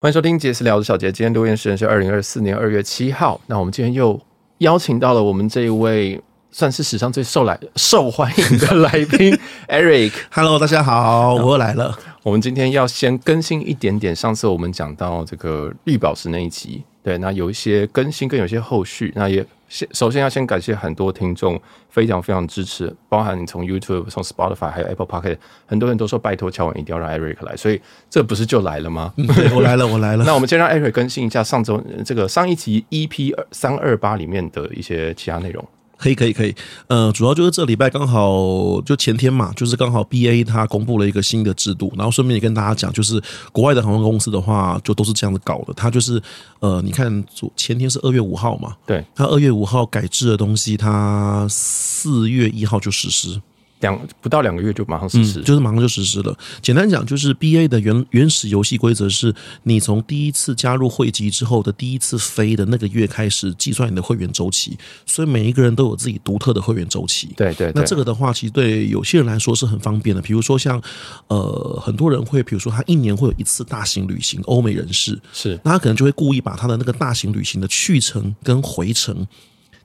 欢迎收听《杰斯聊的小杰》，今天录音时间是二零二四年二月七号。那我们今天又邀请到了我们这一位算是史上最受来受欢迎的来宾 Eric。 Hello，大家好，我又来了。我们今天要先更新一点点，上次我们讲到这个绿宝石那一集，对，那有一些更新，更有一些后续。那也先首先要先感谢很多听众非常非常支持，包含你从 YouTube、从 Spotify 还有 Apple Pocket，很多人都说拜托乔文一定要让 Eric 来，所以这不是就来了吗？嗯对我来了，我来 了。那我们先让 Eric 更新一下上周呃这个上一集 EP 三二八里面的一些其他内容。可以，可以，可以。呃，主要就是这礼拜刚好就前天嘛，就是刚好 B A 它公布了一个新的制度，然后顺便也跟大家讲，就是国外的航空公司的话，就都是这样子搞的。它就是呃，你看昨前天是二月五号嘛，对，它二月五号改制的东西，它四月一号就实施。两不到两个月就马上实施，嗯就是马上就实施了。简单讲，就是 B A 的原原始游戏规则是，你从第一次加入会籍之后的第一次飞的那个月开始计算你的会员周期，所以每一个人都有自己独特的会员周期。对对对那这个的话，其实对有些人来说是很方便的。比如说像，呃，很多人会，比如说他一年会有一次大型旅行，欧美人士，是那他可能就会故意把他的那个大型旅行的去程跟回程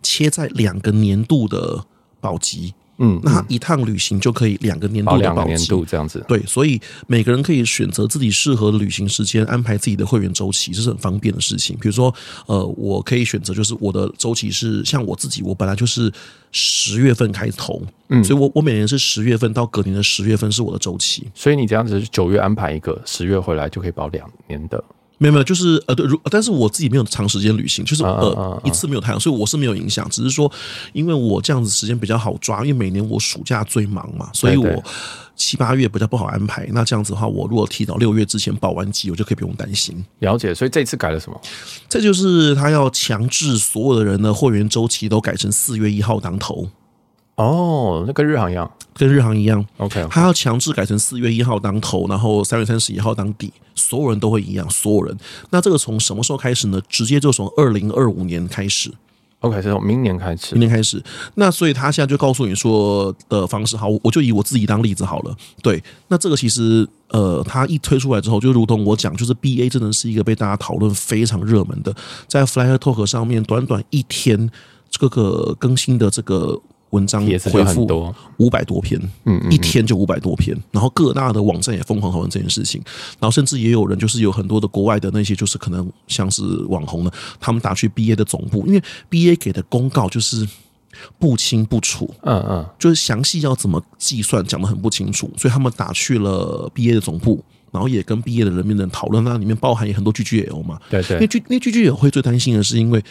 切在两个年度的保级。嗯，那他一趟旅行就可以两个年到度的两个保年级。度这样子。对，所以每个人可以选择自己适合的旅行时间，安排自己的会员周期，这是很方便的事情。比如说，呃，我可以选择就是我的周期是像我自己，我本来就是十月份开头，嗯，所以我我每年是十月份到隔年的十月份是我的周期。所以你这样子是九月安排一个，十月回来就可以保两年的。没有没有，就是呃对，如但是我自己没有长时间旅行，就是啊啊啊呃一次没有太阳，所以我是没有影响，只是说因为我这样子时间比较好抓，因为每年我暑假最忙嘛，所以对对我七八月比较不好安排。那这样子的话，我如果提早六月之前保完级，我就可以不用担心。了解，所以这次改了什么？这就是他要强制所有的人的会员周期都改成四月一号当头，哦，那跟日航一样。跟日航一样， OK，他要强制改成四月一号当头，然后三月三十一号当底，所有人都会一样，所有人。那这个从什么时候开始呢？直接就从二零二五年开始， OK，是从明年开始明。年开始。那所以他现在就告诉你说的方式，好，我我就以我自己当例子好了。对，那这个其实呃，它一推出来之后，就如同我讲，就是 B A 真的是一个被大家讨论非常热门的，在 Flyer Talk 上面短短一天这个更新的这个文章也是回很复多，五百多篇，嗯一天就五百多篇，然后各大的网站也疯狂讨论这件事情，然后甚至也有人就是有很多的国外的那些就是可能像是网红呢，他们打去 BA 的总部，因为 BA 给的公告就是不清不楚，嗯嗯，就是详细要怎么计算讲得很不清楚，所以他们打去了 BA 的总部，然后也跟 BA 的人面人讨论，那里面包含也很多 GGL 嘛，对那对， G 那 G G 也会最担心的是，因为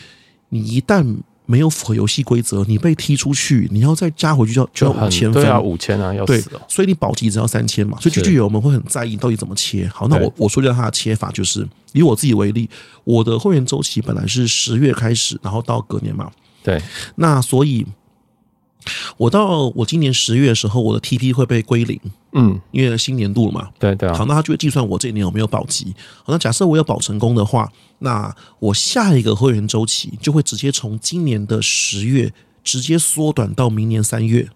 你一旦没有符合游戏规则，你被踢出去，你要再加回去就要就就要很五千分对啊，五千啊，要对死哦。所以你保级只要三千嘛，所以是 G G 友们会很在意到底怎么切。好，那我对我说一下它的切法，就是以我自己为例，我的会员周期本来是十月开始，然后到隔年嘛，对，那所以我到我今年十月的时候，我的 T P 会被归零，嗯，因为新年度了嘛，对对啊好，，那他就会计算我这一年有没有保级。好，那假设我有保成功的话，那我下一个会员周期就会直接从今年的十月直接缩短到明年三月，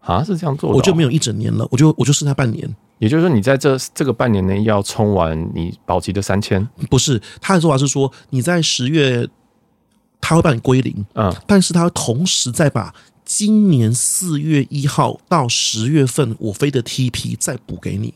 啊是这样做的哦，我就没有一整年了，我就我就剩下半年。也就是说，你在这这个半年内要冲完你保级的三千，不是，他的说法是说你在十月他会帮你归零，嗯，但是他同时再把。今年四月一号到十月份，我飞的 TP 再补给你。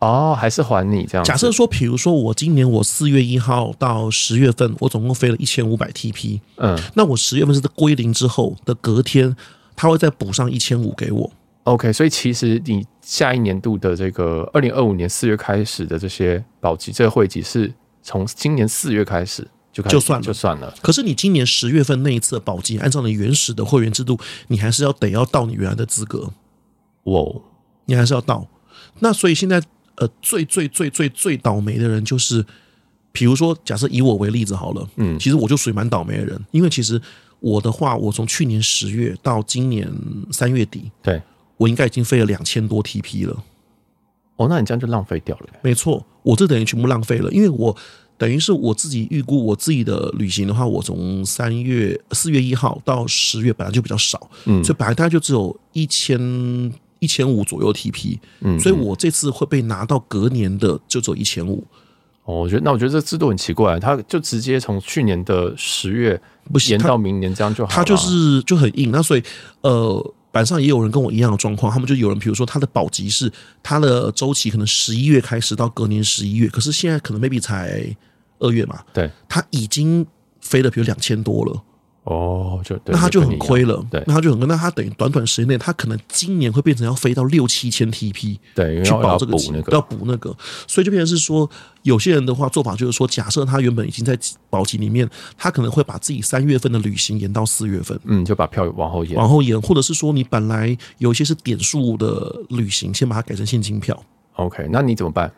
哦，还是还你这样子。假设说，比如说我今年我四月一号到十月份，我总共飞了一千五百 TP，嗯那我十月份是归零之后的隔天，他会再补上一千五给我。 ，OK，所以其实你下一年度的这个二零二五年四月开始的这些保级这个会籍是从今年四月开始就开始就算了就算了，可是你今年十月份那一次的保级，按照你原始的会员制度，你还是要得要到你原来的资格，哇哦，你还是要到。那所以现在呃，最最最最最倒霉的人就是，比如说假设以我为例子好了，嗯，其实我就属于蛮倒霉的人，因为其实我的话，我从去年十月到今年三月底，对，我应该已经飞了两千多 TP 了。哦，那你这样就浪费掉了。没错，我这等于全部浪费了，因为我等于是我自己预估我自己的旅行的话，我从三月四月一号到十月本来就比较少，嗯，所以本来大概就只有一千一千五左右 TP，嗯，所以我这次会被拿到隔年的就只有一千五。哦，我觉得那我觉得这制度很奇怪，啊它就直接从去年的十月不行延它到明年，这样就好了。它就是就很硬。那所以呃，板上也有人跟我一样的状况，他们就有人，比如说他的保级是他的周期可能十一月开始到隔年十一月，可是现在可能 maybe 才二月嘛，对他已经飞了，比如两千多了，哦，就对那他就很亏了。了，对那他就很亏。那他等于短短时间内，他可能今年会变成要飞到六七千 TP。对，因为去要保要这补个期那要个，补那个，所以就变成是说，有些人的话做法就是说，假设他原本已经在保级里面，他可能会把自己三月份的旅行延到四月份，嗯，就把票往后延。往后延，或者是说你本来有一些是点数的旅行，先把它改成现金票。 OK，那你怎么办？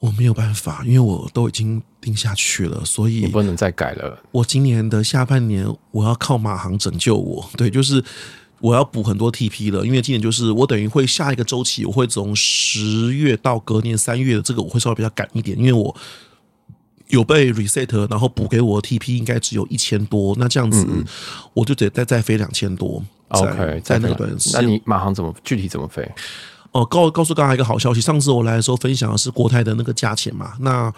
我没有办法，因为我都已经定下去了，所你以不能再改了。我今年的下半年我要靠马航拯救我。对，就是我要补很多 TP 了，因为今年就是我等于会下一个周期，我会从十月到隔年三月的这个我会稍微比较赶一点，因为我有被 reset，然后补给我的 TP 应该只有一千多，那这样子我就得再再飞两千多。嗯 OK，在在再那个来短时那间你马航怎么具体怎么飞？哦，告告诉大家一个好消息，上次我来的时候分享的是国泰的那个价钱嘛，那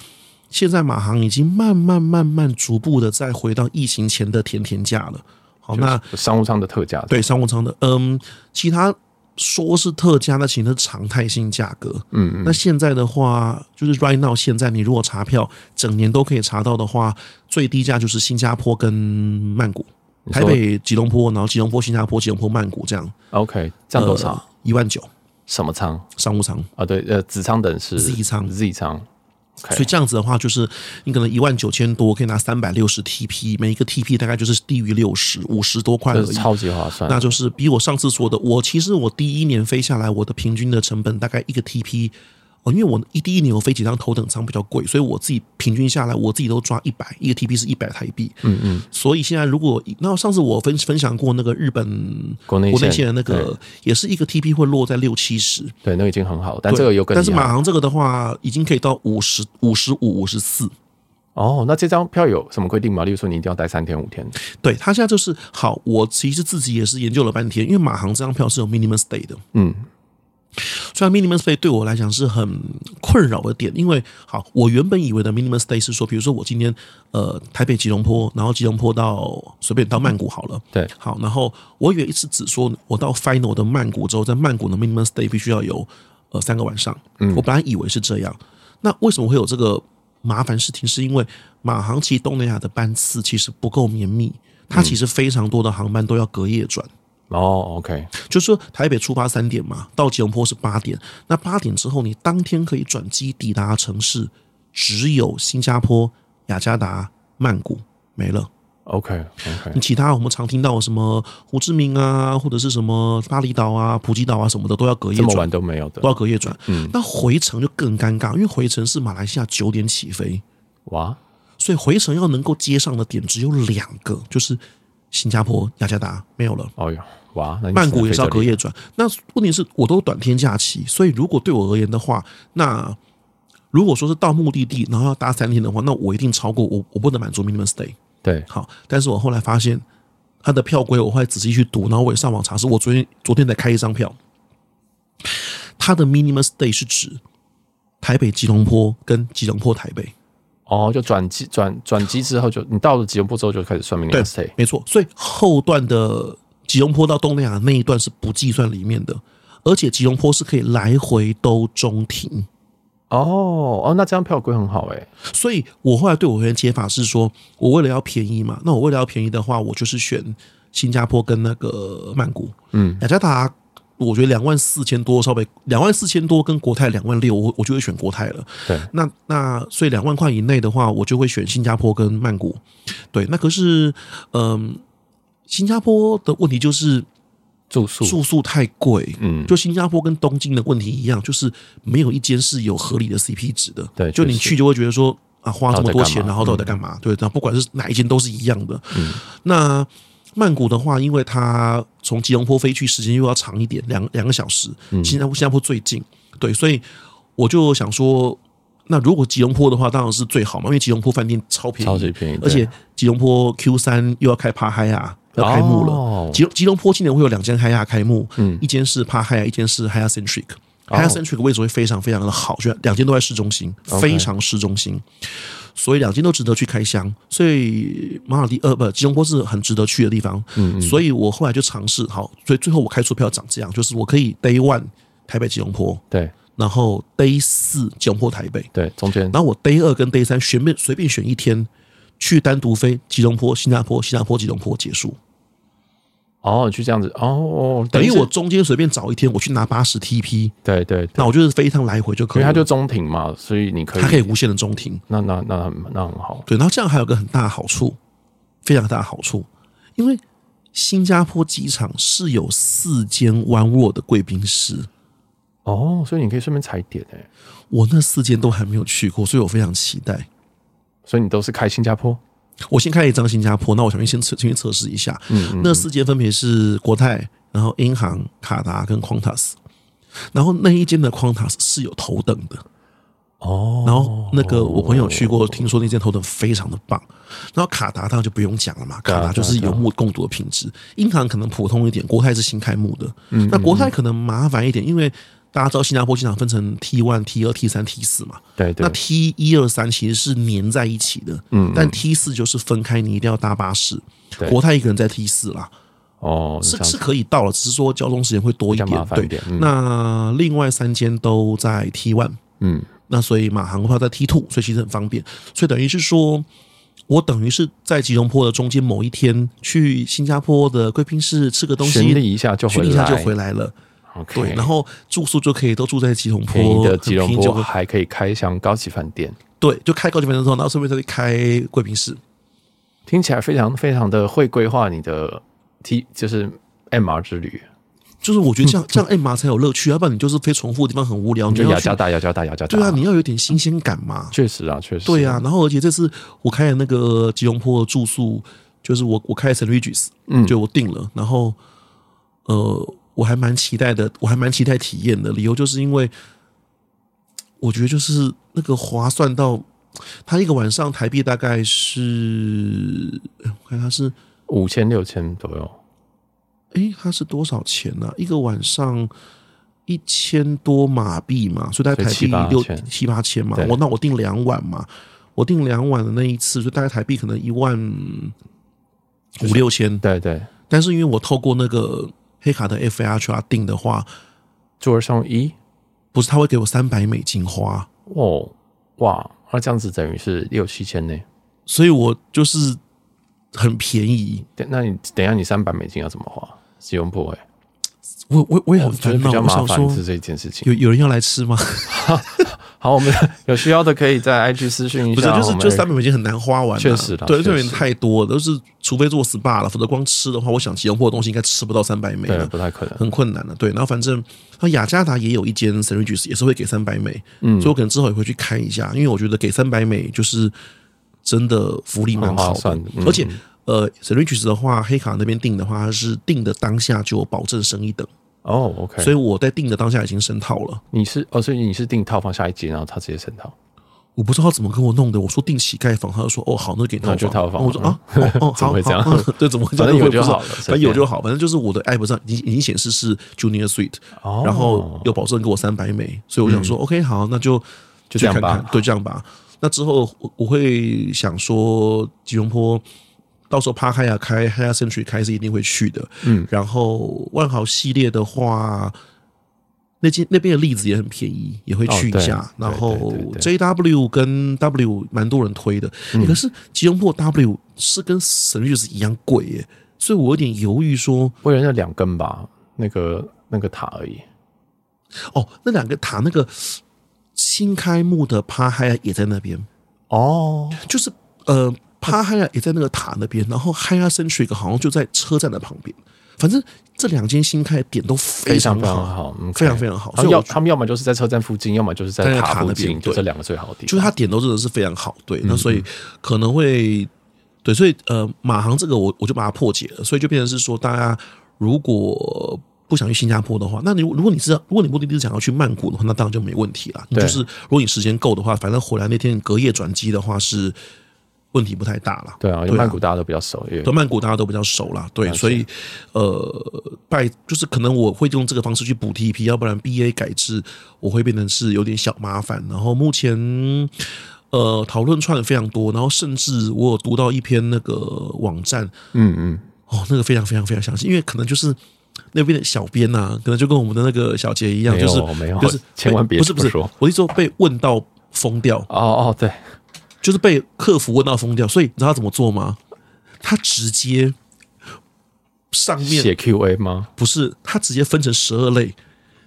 现在马航已经慢慢慢慢逐步的再回到疫情前的甜甜价了。好，那商务舱的特价对商务舱的，嗯，其他说是特价，那其实是常态性价格。嗯嗯。那现在的话，就是 right now 现在你如果查票，整年都可以查到的话，最低价就是新加坡跟曼谷，说台北、吉隆坡，然后吉隆坡、新加坡、吉隆坡、曼谷这样。呃，OK，这样多少？？一万九，什么舱商务舱。啊？对，呃，子舱等是 Z 舱，Z 舱。OK，所以这样子的话，就是你可能一万九千多可以拿三百六十 TP，每一个 TP 大概就是低于六十五十多块而这是已。超级划算。那就是比我上次说的，我其实我第一年飞下来，我的平均的成本大概一个 TP，哦，因为我一第一年我飞几趟头等舱比较贵，所以我自己平均下来，我自己都抓一百，一个 TP 是一百台币。嗯嗯。所以现在如果那上次我分分享过那个日本国内国内线线的那个，也是一个 TP 会落在六七十，对，那个已经很好了，但啊对这个有更但是厉害马航这个的话，已经可以到五十五十五、五十四。哦，那这张票有什么规定吗？例如说，你一定要待三天五天。对他现在就是好，我其实自己也是研究了半天，因为马航这张票是有 minimum stay 的。嗯，虽然 minimum stay 对我来讲是很困扰的点，因为好，我原本以为的 minimum stay 是说，比如说我今天呃台北吉隆坡，然后吉隆坡到随便到曼谷好了。对好，然后我以为是只说我到 final 的曼谷之后，在曼谷的 minimum stay 必须要有呃三个晚上。嗯，我本来以为是这样。那为什么会有这个麻烦事情？是因为马航其实东南亚的班次其实不够绵密，它其实非常多的航班都要隔夜转。哦，OK，就是说台北出发三点嘛，到吉隆坡是八点，那八点之后你当天可以转机抵达城市，只有新加坡、雅加达、曼谷没了。 OK OK，其他我们常听到的什么胡志明啊，或者是什么巴厘岛啊、普吉岛啊什么的，都要隔夜这么转，晚都没有的嗯都，要隔夜转。那回程就更尴尬，因为回程是马来西亚九点起飞，哇，所以回程要能够接上的点只有两个，就是新加坡、雅加达没有了。哦哟，哇，那你曼只能谷也飞是要这隔里夜转。那问题是我都有短天假期，所以如果对我而言的话，那如果说是到目的地然后要搭三天的话，那我一定超过我我不能满足 minimum stay。对，好，但是我后来发现它的票规，我后来仔细去读，然后我也上网查，是我昨天昨天才开一张票，它的 minimum stay 是指台北吉隆坡跟吉隆坡台北。哦，就转机转转机之后就你到了吉隆坡之后就开始算 minimum stay，没错。所以后段的吉隆坡到东南亚那一段是不计算里面的，而且吉隆坡是可以来回都中停。哦哦，那这张票规很好哎、所以我后来对我而言解法是说，我为了要便宜嘛，那我为了要便宜的话，我就是选新加坡跟那个曼谷，嗯，雅加达。我觉得两万四千多稍微两万四千多跟国泰两万六，我我就会选国泰了。对，那那所以两万块以内的话，我就会选新加坡跟曼谷。对，那可是嗯、新加坡的问题就是住宿住宿太贵，嗯就新加坡跟东京的问题一样，就是没有一间是有合理的 CP 值的。对就你确实嗯去就会觉得说啊，花这么多钱，到底在干嘛然后到底在干嘛？对，然后不管是哪一间都是一样的。嗯那曼谷的话，因为它从吉隆坡飞去时间又要长一点，两两个小时，嗯新加坡新加坡最近，对，所以我就想说。那如果吉隆坡的话，当然是最好嘛，因为吉隆坡饭店超便宜，超级便宜对而且吉隆坡 Q 三又要开帕嗨啊，要开幕了，哦嗯吉隆吉隆坡今年会有两间嗨亚开幕，一间是帕嗨亚，一间是嗨亚 Centric。哦 h i Centric 位置会非常非常的好，就两间都在市中心， OK 非常市中心，所以两间都值得去开箱。所以马尔地呃不，吉隆坡是很值得去的地方。嗯所以我后来就尝试好，所以最后我开出票长这样，就是我可以 Day One 台北吉隆坡，对然后 Day 四吉隆坡台北，对，中间然后我 Day 二跟 Day 三随便随便选一天去单独飞吉隆坡、新加坡、新加坡、吉隆坡结束。哦，去这样子哦哦，等于是我中间随便找一天，我去拿八十 TP，对对，对那我就是飞一趟来回就可因以为它了。就中庭嘛，所以你可以，它可以无限的中停。那那那很那很好，对，然后这样还有个很大的好处，非常大的好处，因为新加坡机场是有四间 One World 的贵宾室，哦，所以你可以顺便踩点哎、我那四间都还没有去过，所以我非常期待。所以你都是开新加坡我先看一张新加坡，那我想先测先去测试一下。嗯那四间分别是国泰，然后银行、卡达跟 Qantas，然后那一间的 Qantas 是有头等的。哦，然后那个我朋友去过，听说那间头等非常的棒。然后卡达当然就不用讲了嘛，啊卡达就是有目共睹的品质。银行可能普通一点，国泰是新开幕的，嗯那国泰可能麻烦一点，因为大家知道新加坡机场分成 T one、T 二、T 三、T 四嘛，对对那 T 一二三其实是粘在一起的，嗯，但 T 四就是分开，你一定要搭巴士对。国泰一个人在 T 四啦，哦，是这样是可以到了，只是说交通时间会多一比较麻点。烦一对点嗯，那另外三间都在 T one，嗯，那所以马航的话在 T two，所以其实很方便。所以等于是说，我等于是在吉隆坡的中间某一天去新加坡的贵宾室吃个东西，巡礼一下就回巡来，礼一下就回来了。 OK，对，然后住宿就可以都住在吉隆坡，便宜的吉很隆便宜就坡会还可以开箱高级饭店，对，就开高级饭店之后，然后顺便再去开贵宾室。听起来非常非常的会规划你的 T 就是 MR 之旅，就是我觉得 这样这样 M R 才有乐趣，要不然你就是飞重复的地方很无聊。你就要雅去加达雅加达雅加达，对啊，你要有点新鲜感嘛。确实啊确实对啊，然后而且这次我开的那个吉隆坡的住宿，就是我我开的 St. Regis，嗯，就我定了，然后呃，我还蛮期待的，我还蛮期待体验的，理由就是因为我觉得就是那个划算到，它一个晚上台币大概是，哎我看它是，五千六千左右，哎，它是多少钱呢、一个晚上。一千多马币嘛，所以大概台所以币七八六千七八千嘛哦对。我那我订两晚嘛，我订两晚的那一次，就大概台币可能一万五六千。对对，但是因为我透过那个黑卡的 FHR 订的话，住二送一不是他会给我三百美金花，哦哇，那这样子等于是六七千呢。所以我就是很便宜。等那你等一下，你三百美金要怎么花？吉隆坡哎，我我我也很觉得烦比恼，较哦我麻想烦说是这件事情。有有人要来吃吗？好，我们 有需要的可以在 IG 私讯一不是，下。就我是们就三百美金很难花完啊、确实啦对，确这实点太多了，都是除非做 SPA 了，否则光吃的话，我想吉隆坡的东西应该吃不到三百美对啊嗯了，不太可能。很困难了。对，然后反正那雅加达也有一间 s e n r i g s 也是会给三百美，嗯，所以我可能之后也会去看一下，因为我觉得给三百美就是真的福利蛮很划好算的的，嗯而且呃 s e n r i g s 的话，黑卡那边订的话，它是订的当下就有保证升一等，哦，OK，所所以以我在订的当下已经升套了。你是哦，所以你是订套房下一季，然后他直接升套。我不知道他怎么跟我弄的。我说订乞丐房，他就说哦好，那给套那就套房我说啊，哦 哦，怎么好会这样好嗯对，怎么会这样？反正有我也不知道就好了反正有就好。反正就是我的 app 上已经已经显示是 Junior Suite，哦嗯然后有保证给我三百美，所以我想说 OK 好，那就就就这样吧看看，对，这样吧。那之后我我会想说吉隆坡。到时候帕开亚啊开、黑亚 Century 开是一定会去的，嗯，然后万豪系列的话，那间那边的例子也很便宜，也会去一下。哦对然后对嗯对 JW 跟 W 蛮多人推的，可是吉隆坡 W 是跟神日是一样贵耶，所以我有点犹豫说，为了那两根吧，那个那个塔而已。哦，那两个塔那个新开幕的帕海亚也在那边，哦，就是呃，帕海亚也在那个塔那边，然后海亚 Centric 好像就在车站的旁边。反正这两间新开的点都非非常常非常好，好，嗯非常非常好。他所以们我要他们要么就是在车站附近，要么就是在在塔塔附那边近，就对这两个最好的地方。嗯就是它点都真的是非常好，对，那所以可能会对，所以呃，马航这个我我就把它破解了，所以就变成是说，大家如果不想去新加坡的话，那你如果你知道，如果你目的地是想要去曼谷的话，那当然就没问题啦。你对就是如果你时间够的话，反正回来那天隔夜转机的话是问题不太大啦。对啊，因为对啊曼谷大家都比较熟，因为对曼谷大家都比较熟啦，对，所以呃，拜就是可能我会用这个方式去补 TP，要不然 BA 改制我会变成是有点小麻烦。然后目前呃讨论串非常多，然后甚至我有读到一篇那个网站嗯嗯，哦，那个非常非常非常详细，因为可能就是。那边的小编呐、可能就跟我们的那个小杰一样，没就有是没有就是千万别不是不是这么说，我一说被问到疯掉，哦哦对，就是被客服问到疯掉，所以你知道他怎么做吗？他直接上面写 Q&A 吗？不是，他直接分成十二类。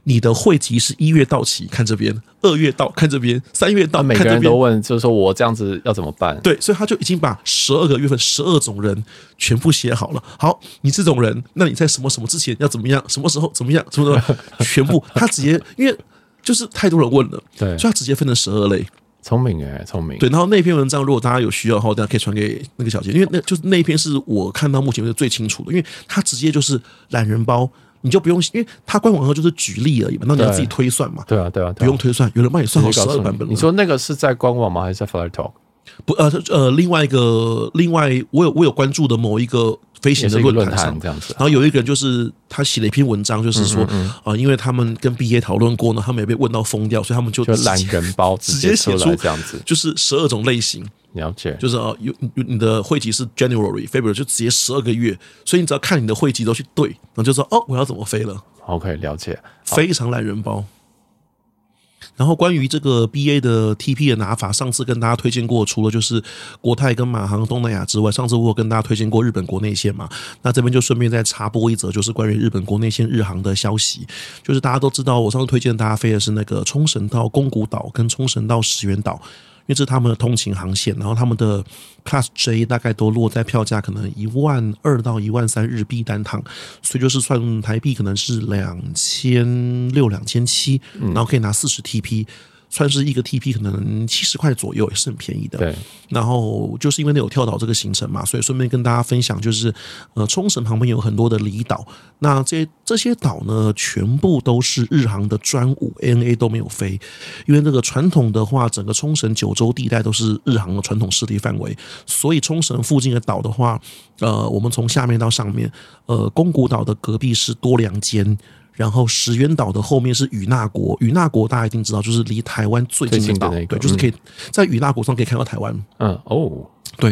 你的会籍是一月到期，看这边；二月到，看这边；三月到，啊每个看这人都边。问，就是说我这样子要怎么办？对，所以他就已经把十二个月份、十二种人全部写好了。好，你这种人，那你在什么什么之前要怎么样？什么时候怎么样？什么什么，全部他直接，因为就是太多人问了， 对所以他直接分成十二类。聪明哎，聪明，对，然后那篇文章如果大家有需要的话，我等下可以传给那个小姐，因为那就是那一篇是我看到目前为止最清楚的，因为它直接就是懒人包，你就不用，因为它官网上就是举例而已嘛，那你要对自己推算嘛，对啊对啊，不对啊用推算，有人帮你算好直十接告二诉版你本，了。你说那个是在官网吗？还是在 Flyer Talk？不呃呃，另外一个另外我有我有关注的某一个飞行也的是一个论坛上坛。这嗯样子然后有一个人就是他写了一篇文章，就是说啊、呃因为他们跟 BA 讨论过呢，他们也被问到疯掉，所以他们就就直接懒人包直接接出写来出这样子，就是十二种类型，了解。就是啊，有有你的会籍是 January、February，就直接十二个月，所以你只要看你的会籍都去对，然后就说哦，我要怎么飞了， OK，了解。非常懒人包。然后关于这个 BA 的 TP 的拿法，上次跟大家推荐过，除了就是国泰跟马航东南亚之外，上次我有跟大家推荐过日本国内线嘛，那这边就顺便再插播一则，就是关于日本国内线日航的消息，就是大家都知道，我上次推荐大家飞的是那个冲绳到宫古岛跟冲绳到石垣岛。因为这是他们的通勤航线，然后他们的 Class J 大概都落在票价可能一万二到一万三日币单趟，所以就是算台币可能是两千六、两千七，然后可以拿四十 TP，算是一个 TP 可能七十块左右，也是很便宜的。对，然后就是因为那有跳岛这个行程嘛，所以顺便跟大家分享，就是呃，冲绳旁边有很多的离岛，那这些这些岛呢，全部都是日航的专武 ANA 都没有飞，因为那个传统的话，整个冲绳九州地带都是日航的传统势力范围，所以冲绳附近的岛的话，呃，我们从下面到上面，呃，宫古岛的隔壁是多良间。然后石垣岛的后面是与那国，与那国大家一定知道，就是离台湾最近最的近的岛，那个对，就是可以在与那国上可以看到台湾。嗯，哦，对，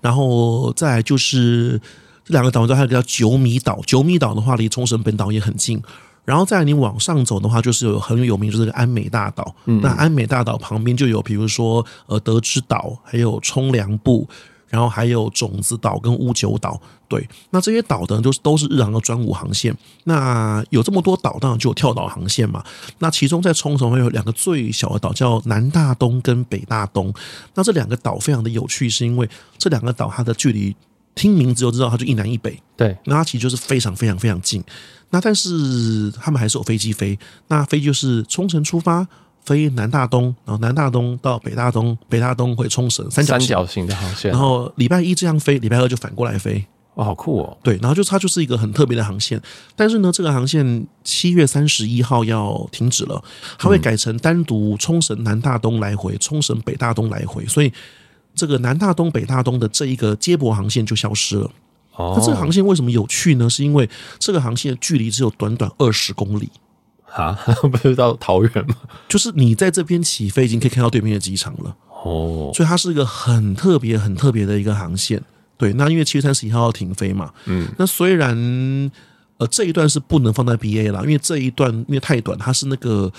然后再来就是这两个岛之外，还有一个叫九米岛。九米岛的话，离冲绳本岛也很近。然后再来你往上走的话，就是有很有名，就是这个安美大岛。那安美大岛旁边就有，比如说呃德之岛，还有冲梁部，然后还有种子岛跟乌九岛。对，那这些岛呢，就是都是日航的专武航线。那有这么多岛，当然就有跳岛航线嘛。那其中在冲绳会有两个最小的岛，叫南大东跟北大东。那这两个岛非常的有趣，是因为这两个岛它的距离，听名字就知道它就一南一北，对，那它其实就是非常非常非常近。那但是他们还是有飞机飞，那飞就是冲绳出发。飞南大东，然后南大东到北大东，北大东回冲绳三角三形，角形的航线然，后礼拜一这样飞，礼拜二就反过来飞。哇，好酷哦。对，然后就是它就是一个很特别的航线，但是呢，这个航线七月三十一号要停止了，它会改成单独冲绳南大东来回、冲绳北大东来回，所以这个南大东、北大东的这一个接驳航线就消失了。哦，那这个航线为什么有趣呢？是因为这个航线的距离只有短短二十公里，啊， 不是到桃园吗？就是你在这边起飞已经可以看到对面的机场了。哦，所以它是一个很特别、很特别的一个航线。对，那因为七月三十一号要停飞嘛，嗯，那虽然呃这一段是不能放在 BA 啦，因为这一段因为太短，它是那个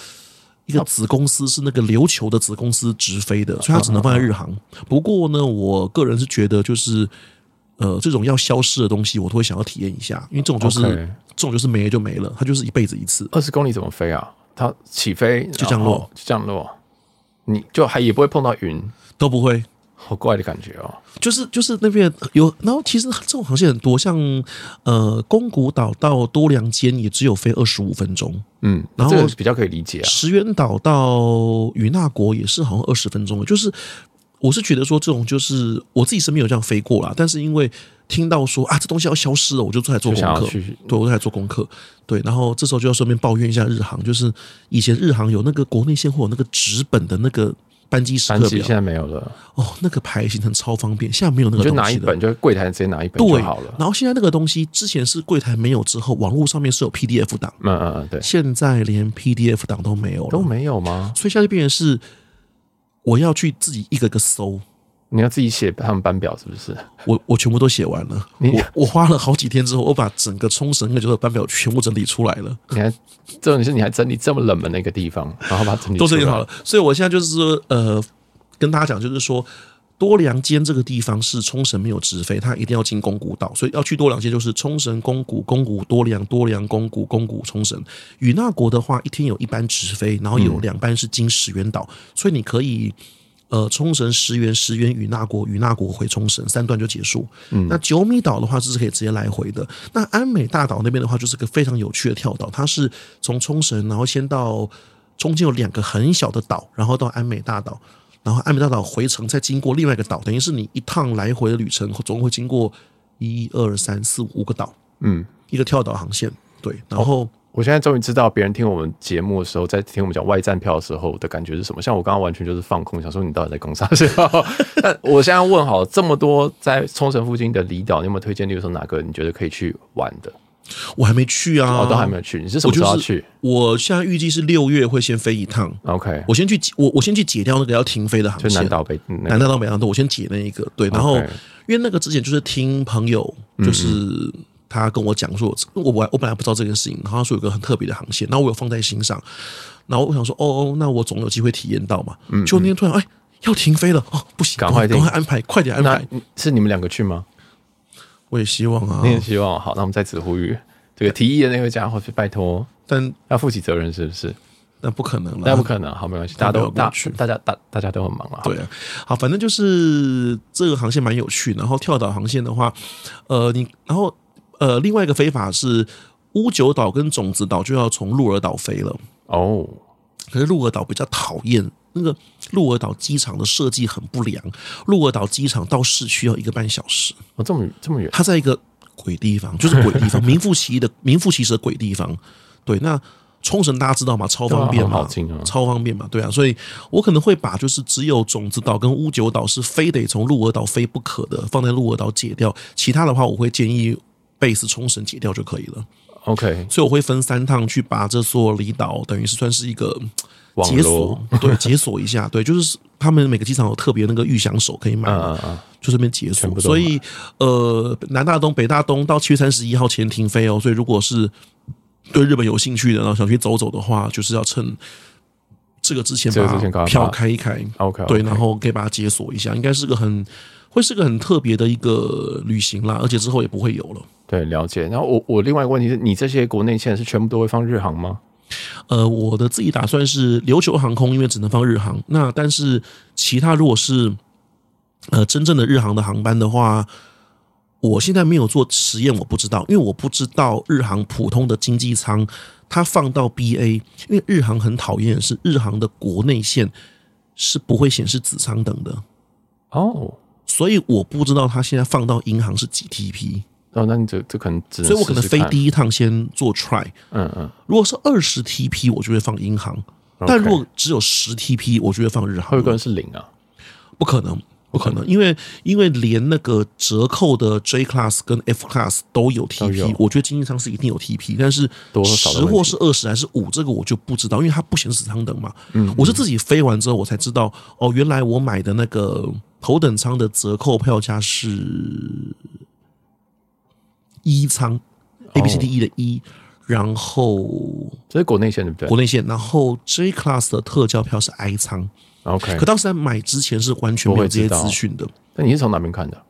一个子公司是那个琉球的子公司直飞的，所以它只能放在日航。不过呢，我个人是觉得就是呃这种要消失的东西，我都会想要体验一下，因为这种就是 OK 这种就是没了就没了，它就是一辈子一次。二十公里怎么飞啊？它起飞就降落，然后就降落，你就还也不会碰到云，都不会，好怪的感觉哦。就是就是那边有，然后其实这种航线很多，像呃宫古岛到多良间也只有飞二十五分钟，嗯，然后这个比较可以理解啊。石垣岛到与那国也是好像二十分钟，就是我是觉得说这种就是我自己是没有这样飞过啦，但是因为听到说啊这东西要消失了，我就出来做就功想要课，去对我都在做功课，对，然后这时候就要顺便抱怨一下日航，就是以前日航有那个国内线会有那个纸本的那个班机时单刻机表现在没有了，哦，那个排行程超方便，现在没有那啊你就个东拿西一了本，。就柜台直接拿一本就对好了，。然后现在那个东西之前是柜台没有，之后网络上面是有 PDF 档，嗯嗯嗯，对，现在连 PDF 档都没有都了，没有吗？所以现在就变成是我要去自己一个个搜，你要自己写他们班表是不是？我我全部都写完了，你我我花了好几天之后，我把整个冲绳跟九州班表全部整理出来了，你还重点是你还整理这么冷门的一个地 方，然后把它整理都整理出来好了。所以我现在就是说，呃，跟大家讲，就是说。多良间这个地方是冲绳没有直飞，它一定要经宫古岛，所以要去多良间就是冲绳、宫古、宫古、多良、多良、宫古、宫古、冲绳。与那国的话，一天有一班直飞，然后有两班是经石垣岛，所以你可以呃，冲绳、石原、石原与那国、与那国回冲绳，三段就结束。嗯那九米岛的话，就是可以直接来回的。那安美大岛那边的话，就是个非常有趣的跳岛，它是从冲绳，然后先到中间有两个很小的岛，然后到安美大岛，然后安美大岛回程，再经过另外一个岛，等于是你一趟来回的旅程，总共会经过一二三四五个岛，嗯，哦一个跳岛航线。对，然后、我现在终于知道别人听我们节目的时候，在听我们讲外站票的时候的感觉是什么。像我刚刚完全就是放空，想说你到底在攻啥 笑？但我现在问好，这么多在冲绳附近的离岛，你有没有推荐？例如说哪个你觉得可以去玩的？我还没去啊，哦，都还没有去，你是什我么时候就要是去我现在预计是六月会先飞一趟。 ？OK，我先去解我我先去解掉那个要停飞的航就线，南岛北那南个大到北洋都我先解那一个，对，然后 OK 嗯因为那个之前就是听朋友就是他跟我讲说，我我我本来不知道这件事情，然后他说有个很特别的航线，然后我有放在心上，然后我想说哦哦，那我总有机会体验到嘛，就那天突然哎要停飞了哦，不行，嗯赶快赶订快安排，快点安那排，你是你们两个去吗？我也希望啊你，也希望好，那我们在此呼吁这个提议的那位家伙，拜托但要负起责任，是不啊是？但不可能了，那不可能，好，没关系，大家没都有大过去大家大大家都很忙了。对啊，好，反正就是这个航线蛮有趣。然后跳岛航线的话，呃，你然后呃，另外一个飞法是乌九岛跟种子岛就要从鹿儿岛飞了。哦，可是鹿儿岛比较讨厌那个鹿儿岛机场的设计很不良，鹿儿岛机场到市区要一个半小时，哦，这么这么远，它在一个鬼地方，就是鬼 地方，名副其义的名副其实的鬼地方。对，那冲绳大家知道嘛，超方便对啊嘛，好近啊超方便嘛，对啊，所以我可能会把就是只有种子岛跟乌九岛是非得从鹿儿岛飞不可的，放在鹿儿岛解掉，其他的话我会建议。贝斯冲绳解掉就可以了， OK，所以我会分三趟去把这所有离岛，等于是算是一个网解络锁，对，解锁一下，对，就是他们每个机场有特别那个预享手可以买啊嘛，啊啊！就这边解全锁。部都所以呃，南大东、北大东到七月三十一号前停飞哦。所以如果是对日本有兴趣的，然后想去走走的话，就是要趁这个之前这个之前赶快把票把开一开 OK，对，然后可以把它解锁一下，应该是个很会是个很特别的一个旅行啦，而且之后也不会有了。对，了解。然后我我另外一个问题是你这些国内线是全部都会放日航吗？呃，我的自己打算是琉球航空，因为只能放日航。那但是其他如果是呃真正的日航的航班的话，我现在没有做实验，我不知道，因为我不知道日航普通的经济舱它放到 BA，因为日航很讨厌的是日航的国内线是不会显示子舱等的，哦，所以我不知道它现在放到银行是几 TP，哦，那你这这可能只能所以我可能试试飞看，第一趟先做 try，嗯嗯，如果是二十 TP，我就会放银行。但如果只有十 TP，我就会放日会航有个。人是零啊，不可能，不可能，因为因为连那个折扣的 J Class 跟 F Class 都有都有 TP，我觉得经济舱是一定有 TP，但是多和少的十问题或是二十还是五，这个我就不知道，因为它不显示舱等嘛。嗯，我是自己飞完之后我才知道，哦，原来我买的那个头等舱的折扣票价是一舱哦 A B C D E 的一、然后这是国内线对不对国内线，然后 J Class 的特价票是 I 舱。 ？OK，可当时在买之前是完全没有这些资讯的，那你是从哪边看的？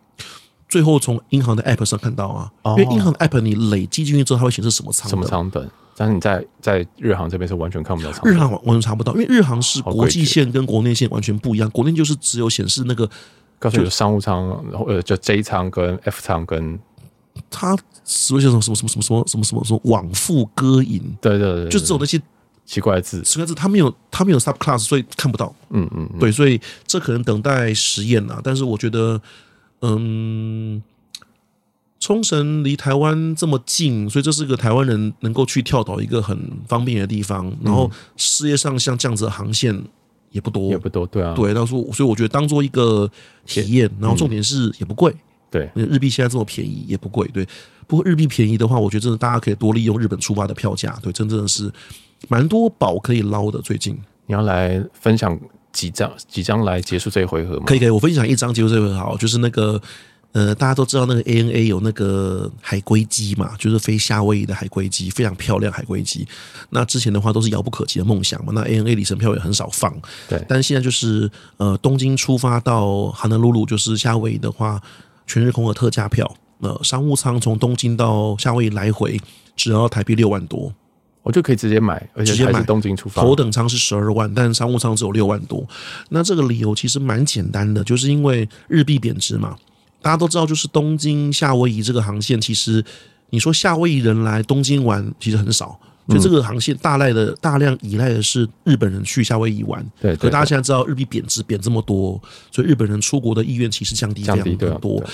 最后从银行的 app 上看到啊，哦因为银行的 app 你累积进去之后，它会显示什么仓什么的。舱等？但是你在在日航这边是完全看不到舱日等，航完全查不到，因为日航是好国诡际谲线跟国内线完全不一样，国内就是只有显示那个告诉你有商务舱，然后呃，就 J 舱跟 F 舱跟它所谓什么什么什么什么什么什么什么什么往复歌吟，对对对，对就只有那些奇怪的字，十个字，它没有它没有 sub class，所以看不到。嗯嗯嗯，对，所以这可能等待实验啦。但是我觉得，嗯，冲绳离台湾这么近，所以这是个台湾人能够去跳岛一个很方便的地方。然后世界上像这样子的航线也不多嗯也，不多，对啊，对，那说，所以我觉得当做一个体验，然后重点是也不贵，嗯对日币现在这么便宜也不贵，对。不过日币便宜的话，我觉得真的大家可以多利用日本出发的票价，对，真正的是蛮多宝可以捞的。最近你要来分享几张几张来结束这一回合吗？可以，可以，我分享一张结束这个好，就是那个呃，大家都知道那个 ANA 有那个海龟机嘛，就是飞夏威夷的海龟机，非常漂亮海龟机。那之前的话都是遥不可及的梦想嘛，那 ANA 里程票也很少放，对但现在就是呃，东京出发到哈纳鲁鲁，就是夏威夷的话，全日空的特价票，呃，商务舱从东京到夏威夷来回只要台币六万多，我就可以直接买，而直接且还买是东京出发，头等舱是十二万，但商务舱只有六万多。那这个理由其实蛮简单的，就是因为日币贬值嘛。大家都知道，就是东京夏威夷这个航线，其实你说夏威夷人来东京玩其实很少，所以这嗯个航线大赖的大量依赖的是日本人去夏威夷玩。对，可对大家对现在知道日币贬值贬这么多，所以日本人出国的意愿其实降低非降常低对啊多对。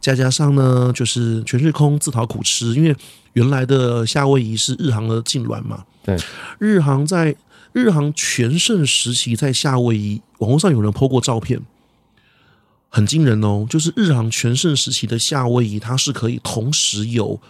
再加上呢，就是全日空自讨苦吃，因为原来的夏威夷是日航的禁卵嘛，对，日航在日航全盛时期在夏威夷，网络上有人 PO 过照片，很惊人哦。就是日航全盛时期的夏威夷，它是可以同时有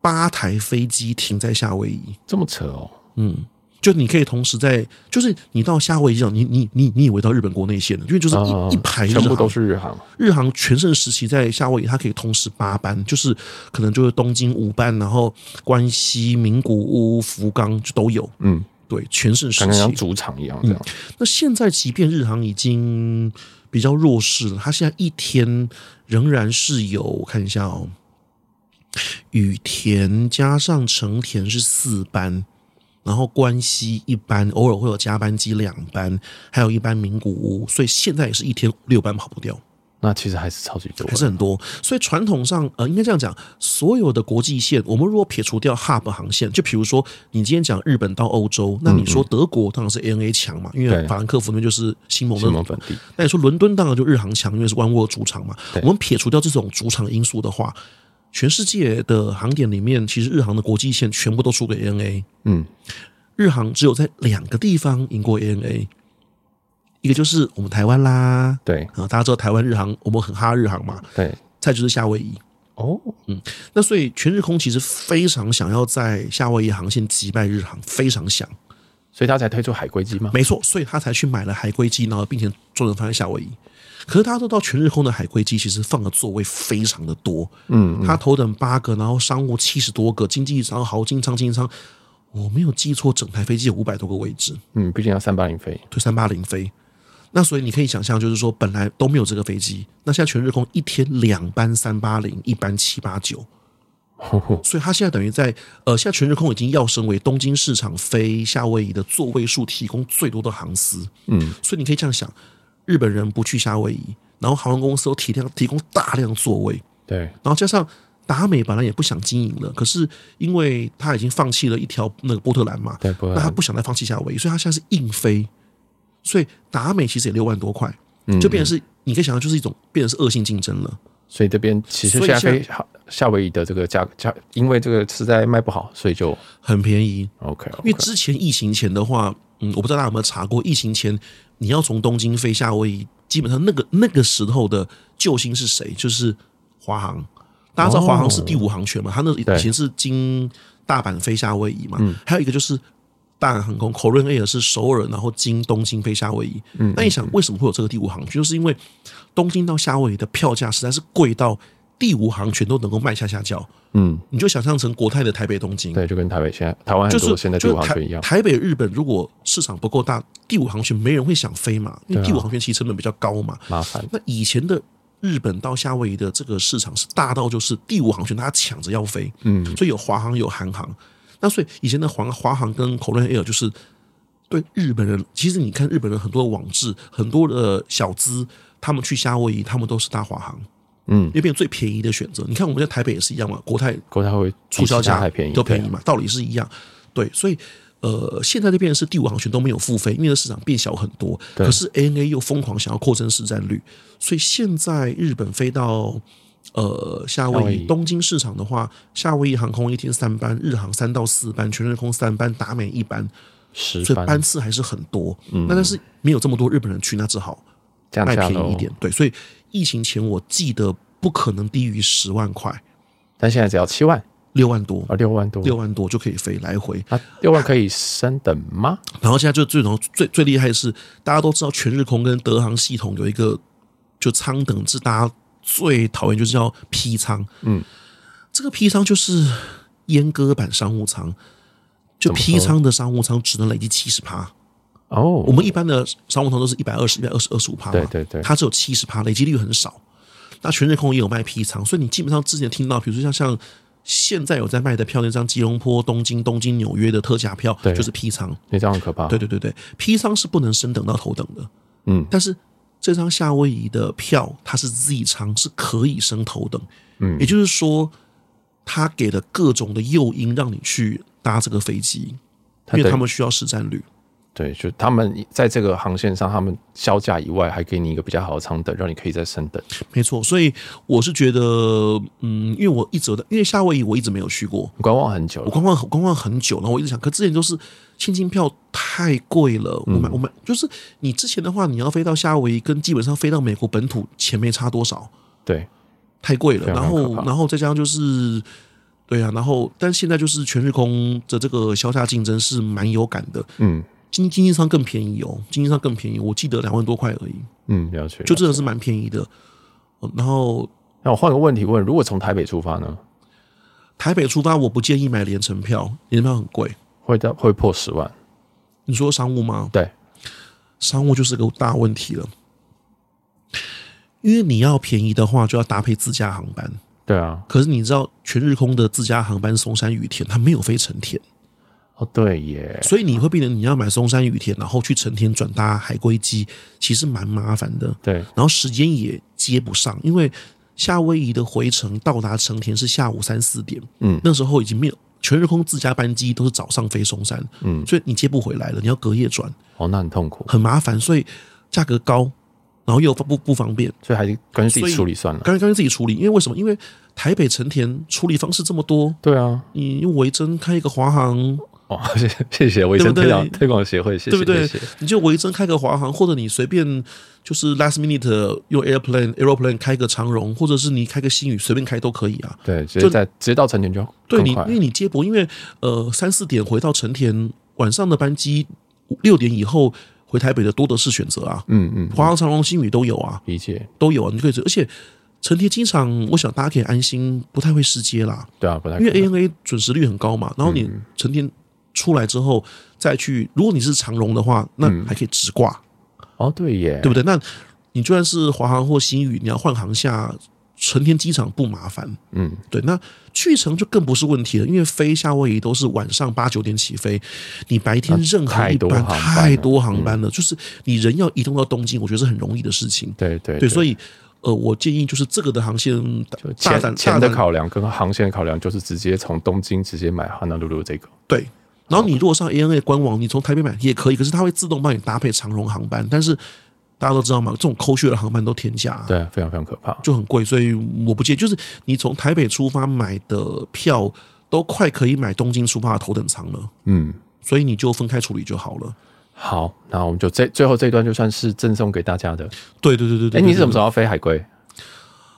八台飞机停在夏威夷。这么扯哦，嗯，就你可以同时在，就是你到夏威夷这样，你你你你以为到日本国内线了，因为就是一、啊一排日全部航都是日航，日航全盛时期在夏威夷，它可以同时八班，就是可能就是东京五班，然后关西、名古屋、福冈就都有。嗯，对，全盛时感觉像期。主场一样这样，那现在即便日航已经比较弱势了，它现在一天仍然是有，我看一下哦，羽田加上成田是四班。然后关西一班，偶尔会有加班机两班，还有一班名古屋，所以现在也是一天六班跑不掉。那其实还是超级多的，还是很多。所以传统上，呃，应该这样讲，所有的国际线，我们如果撇除掉 hub 航线，就比如说你今天讲日本到欧洲，那你说德国当然是 ANA 强嘛，因为嗯对法兰克福那边就是新盟西蒙的。本地，那你说伦敦当然就日航强，因为是万沃主场嘛。对我们撇除掉这种主场因素的话，全世界的航点里面，其实日航的国际线全部都输给 ANA。嗯，日航只有在两个地方赢过 ANA，一个就是我们台湾啦，对啊，大家知道台湾日航，我们很哈日航嘛，对，再就是夏威夷。哦，那所以全日空其实非常想要在夏威夷航线击败日航，非常想，所以他才推出海龟机吗？没错，所以他才去买了海龟机，然后并且重点放在夏威夷。可是大家都知道，全日空的海龟机其实放的座位非常的多，嗯，它头等八个，然后商务七十多个，经济舱、豪金舱、经济舱，我没有记错，整台飞机有五百多个位置，嗯，毕竟要三八零飞，对，三八零飞。那所以你可以想象，就是说本来都没有这个飞机，那现在全日空一天两班三八零，一班七八九，所以它现在等于在呃，现在全日空已经要升为东京市场飞夏威夷的座位数提供最多的航司。嗯，所以你可以这样想，日本人不去夏威夷，然后航空公司都提量提供大量座位，对，然后加上达美本来也不想经营了，可是因为他已经放弃了一条那个波特兰嘛，对啊波特兰那他不想再放弃夏威夷，所以他现在是硬飞，所以达美其实也六万多块，就变成是你可以想象就是一种变成是恶性竞争了。所以这边其实所以现在现在飞夏夏威夷的这个价价，因为这个实在卖不好，所以就很便宜， OK，, o 因为 k 之前疫情前的话，嗯，我不知道大家有没有查过，疫情前你要从东京飞夏威夷，基本上那个那个时候的救星是谁？就是华航。大家知道华航是第五航权嘛？它那以前是经大阪飞夏威夷嘛。还有一个就是大韩航空 Korean Air 是首尔，然后经东京飞夏威夷。那你想为什么会有这个第五航权？就是因为东京到夏威夷的票价实在是贵到第五航权都能够卖下下轿。嗯，你就想象成国泰的台北东京。对，就跟台北现在台湾就很是多现在就地是方台航圈一样，台北、日本如果市场不够大，第五航权没人会想飞嘛，因为对啊第五航权其实成本比较高嘛。麻烦，那以前的日本到夏威夷的这个市场是大到就是第五航权大家抢着要飞，嗯，所以有华航有韩航。那所以以前的华华航跟 Korean Air 就是对日本人，其实你看日本人很多的网志，很多的小资，他们去夏威夷，他们都是搭华航，嗯，也变成最便宜的选择。你看我们在台北也是一样嘛，国泰国泰会促销价还便宜，都便宜对嘛，道理是一样。对，所以呃，现在就变成是第五航权都没有付费，因为市场变小很多。可是 ANA 又疯狂想要扩增市占率，所以现在日本飞到呃夏夏威威夷夷东京市场的话，夏威夷航空一天三班，日航三到四班，全日空三班，达美一班。十所以班嗯班次还是很多。那但是没有这么多日本人去，那只好降卖价便喽宜一点。对，所以疫情前我记得不可能低于十万块，但现在只要七万六万多，啊，六万多，六万多就可以飞来回。啊，六万可以升等吗？然后现在就最最最最厉害的是，大家都知道全日空跟德航系统有一个就舱等制，大家最讨厌就是叫 P 舱。嗯，这个 P 舱就是阉割版商务舱，怎就么 P 说舱的商务舱只能累积七十趴。哦我，们一般的商务舱都是一百二十、一百二十、二十五趴嘛，对对对它只有七十趴，累积率很少。那全日空也有卖 P 舱，所以你基本上之前听到，比如说像像现在有在卖的票那张吉隆坡、东京、东京、纽约的特价票，对就是 P 舱。你这样很可怕。对对对对，P 舱是不能升等到头等的，嗯，但是这张夏威夷的票它是 Z 舱，是可以升头等，嗯也就是说，它给了各种的诱因让你去搭这个飞机，他因为对他们需要实战率。对，就他们在这个航线上，他们销价以外，还给你一个比较好的舱等，让你可以再升等。没错，所以我是觉得，嗯，因为我一直有在，因为夏威夷我一直没有去过，你观望很久我了，观望观望很久，然后我一直想，可之前都是现金票太贵了，嗯我买我买就是你之前的话，你要飞到夏威夷，跟基本上飞到美国本土钱没差多少，对，太贵了。非常然后可怕然后再加上就是，对啊，然后但现在就是全日空的这个销价竞争是蛮有感的，嗯经经济舱更便宜哦，经济舱更便宜，我记得两万多块而已，嗯，了解。就真的是蛮便宜的。呃然后那我换个问题问，如果从台北出发呢，台北出发，我不建议买联程票，联程票很贵。会到会破十万？你说商务吗？对，商务就是个大问题了，因为你要便宜的话，就要搭配自驾航班。对啊，可是你知道，全日空的自驾航班松山羽田，它没有飞成田，哦对耶，所以你会变成你要买松山羽田，然后去成田转搭海龟机，其实蛮麻烦的。对，然后时间也接不上，因为夏威夷的回程到达成田是下午三四点，嗯那时候已经没有全日空自家班机都是早上飞松山，嗯，所以你接不回来了，你要隔夜转，哦那很痛苦，很麻烦，所以价格高，然后又不不方便，所以还是干脆自所以己处理算了。干脆干脆自己处理，因为为什么？因为台北成田处理方式这么多，对啊，你用维珍开一个华航，哦， 谢谢谢卫生对推不对广推广协会，谢对谢不对谢谢。你就维珍开个华航，或者你随便就是 last minute 用 airplane aeroplane 开个长荣，或者是你开个新宇随便开都可以啊。对，直接在直接到成田就对更你，快因为你接驳，因为呃三四点回到成田，晚上的班机六点以后回台北的多的是选择啊，嗯嗯，华航、长荣、新宇都有啊，理解，都有啊，你可以直，而且成田机场，我想大家可以安心，不太会失接啦，对啊，不太可因为能 ANA 准时率很高嘛，然后嗯你成田出来之后再去，如果你是长荣的话，那嗯还可以直挂，哦对耶，对不对？那你就算是华航或新宇，你要换航下。成田机场不麻烦，嗯，对，那去程就更不是问题了，因为飞夏威夷都是晚上八九点起飞，你白天任何一啊太多班航班了嗯太多航班了，就是你人要移动到东京，我觉得是很容易的事情。对对对，对，所以呃，我建议就是这个的航线大就大胆钱钱的大胆考量跟航线的考量，就是直接从东京直接买 Honolulu 这个。对。然后你如果上 ANA 官网，你从台北买也可以，可是它会自动帮你搭配长荣航班。但是大家都知道嘛，这种抠血的航班都天价、对啊，非常非常可怕。就很贵，所以我不建议。就是你从台北出发买的票，都快可以买东京出发的头等舱了，嗯，所以你就分开处理就好了。好，那我们就这最后这一段就算是赠送给大家的。对对对对对。哎，你是什么对时候要飞海龟？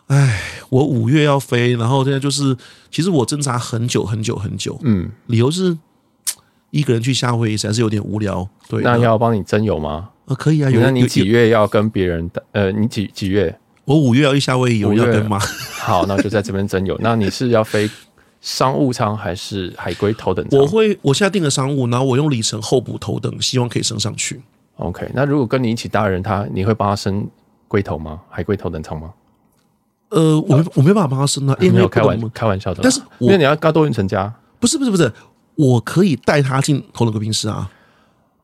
哎我五月要飞，然后现在就是，其实我挣扎很久很久很久，嗯，理由是一个人去夏威夷实在是有点无聊。对，那要帮你征友吗？啊，可以啊，有那人你有几有月要跟别人的？呃，你几几月？我五月要去夏威夷，有人五要月跟吗？好，那我就在这边征友。那你是要飞商务舱还是海龟头等舱我会，我现在订了商务，然后我用里程候补头等，希望可以升上去。 ？OK，那如果跟你一起搭的人，他你会帮他升龟头吗？海龟头等舱吗？呃，我没我没办法帮他升啊，因没为有不开懂玩开玩笑的啦，但是我因为你要跟他多元成家不是不是不是，我可以带他进头等贵宾室啊，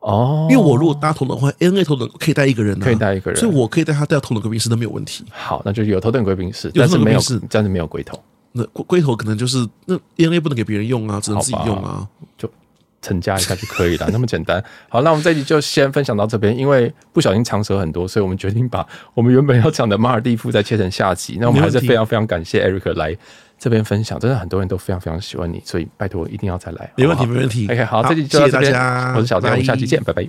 哦，因为我如果搭头等的话，ANA 头等可以带一个人、啊，可以带一个人所以我可以带他带到头等贵宾室都没有问题。好，那就有头等贵宾室，有但是头等贵没宾有室，但是没有龟头那龟龟头可能就是那 ANA 不能给别人用啊，只能自己用啊。成家一下就可以了，那 么简单。好，那我们这集就先分享到这边，因为不小心长舌很多，所以我们 决定把我们原本要讲的马尔蒂夫再切成下集。那我们还没问题是非常非常感谢 Eric 来这边分享，真的很多人都非常非常喜欢你，所以拜托一定要再来。没问题，好不没问题。好 OK，好，这集就谢到谢这边大家，我是小张，我们下期见，拜拜。